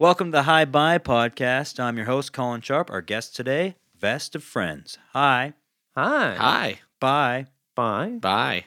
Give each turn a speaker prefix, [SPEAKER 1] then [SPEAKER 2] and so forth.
[SPEAKER 1] Welcome to the Hi Bye Podcast. I'm your host, Colin Sharp. Our guest today, Vest of Friends. Hi,
[SPEAKER 2] Hi.
[SPEAKER 3] Hi.
[SPEAKER 1] bye.
[SPEAKER 2] Bye.
[SPEAKER 3] Bye.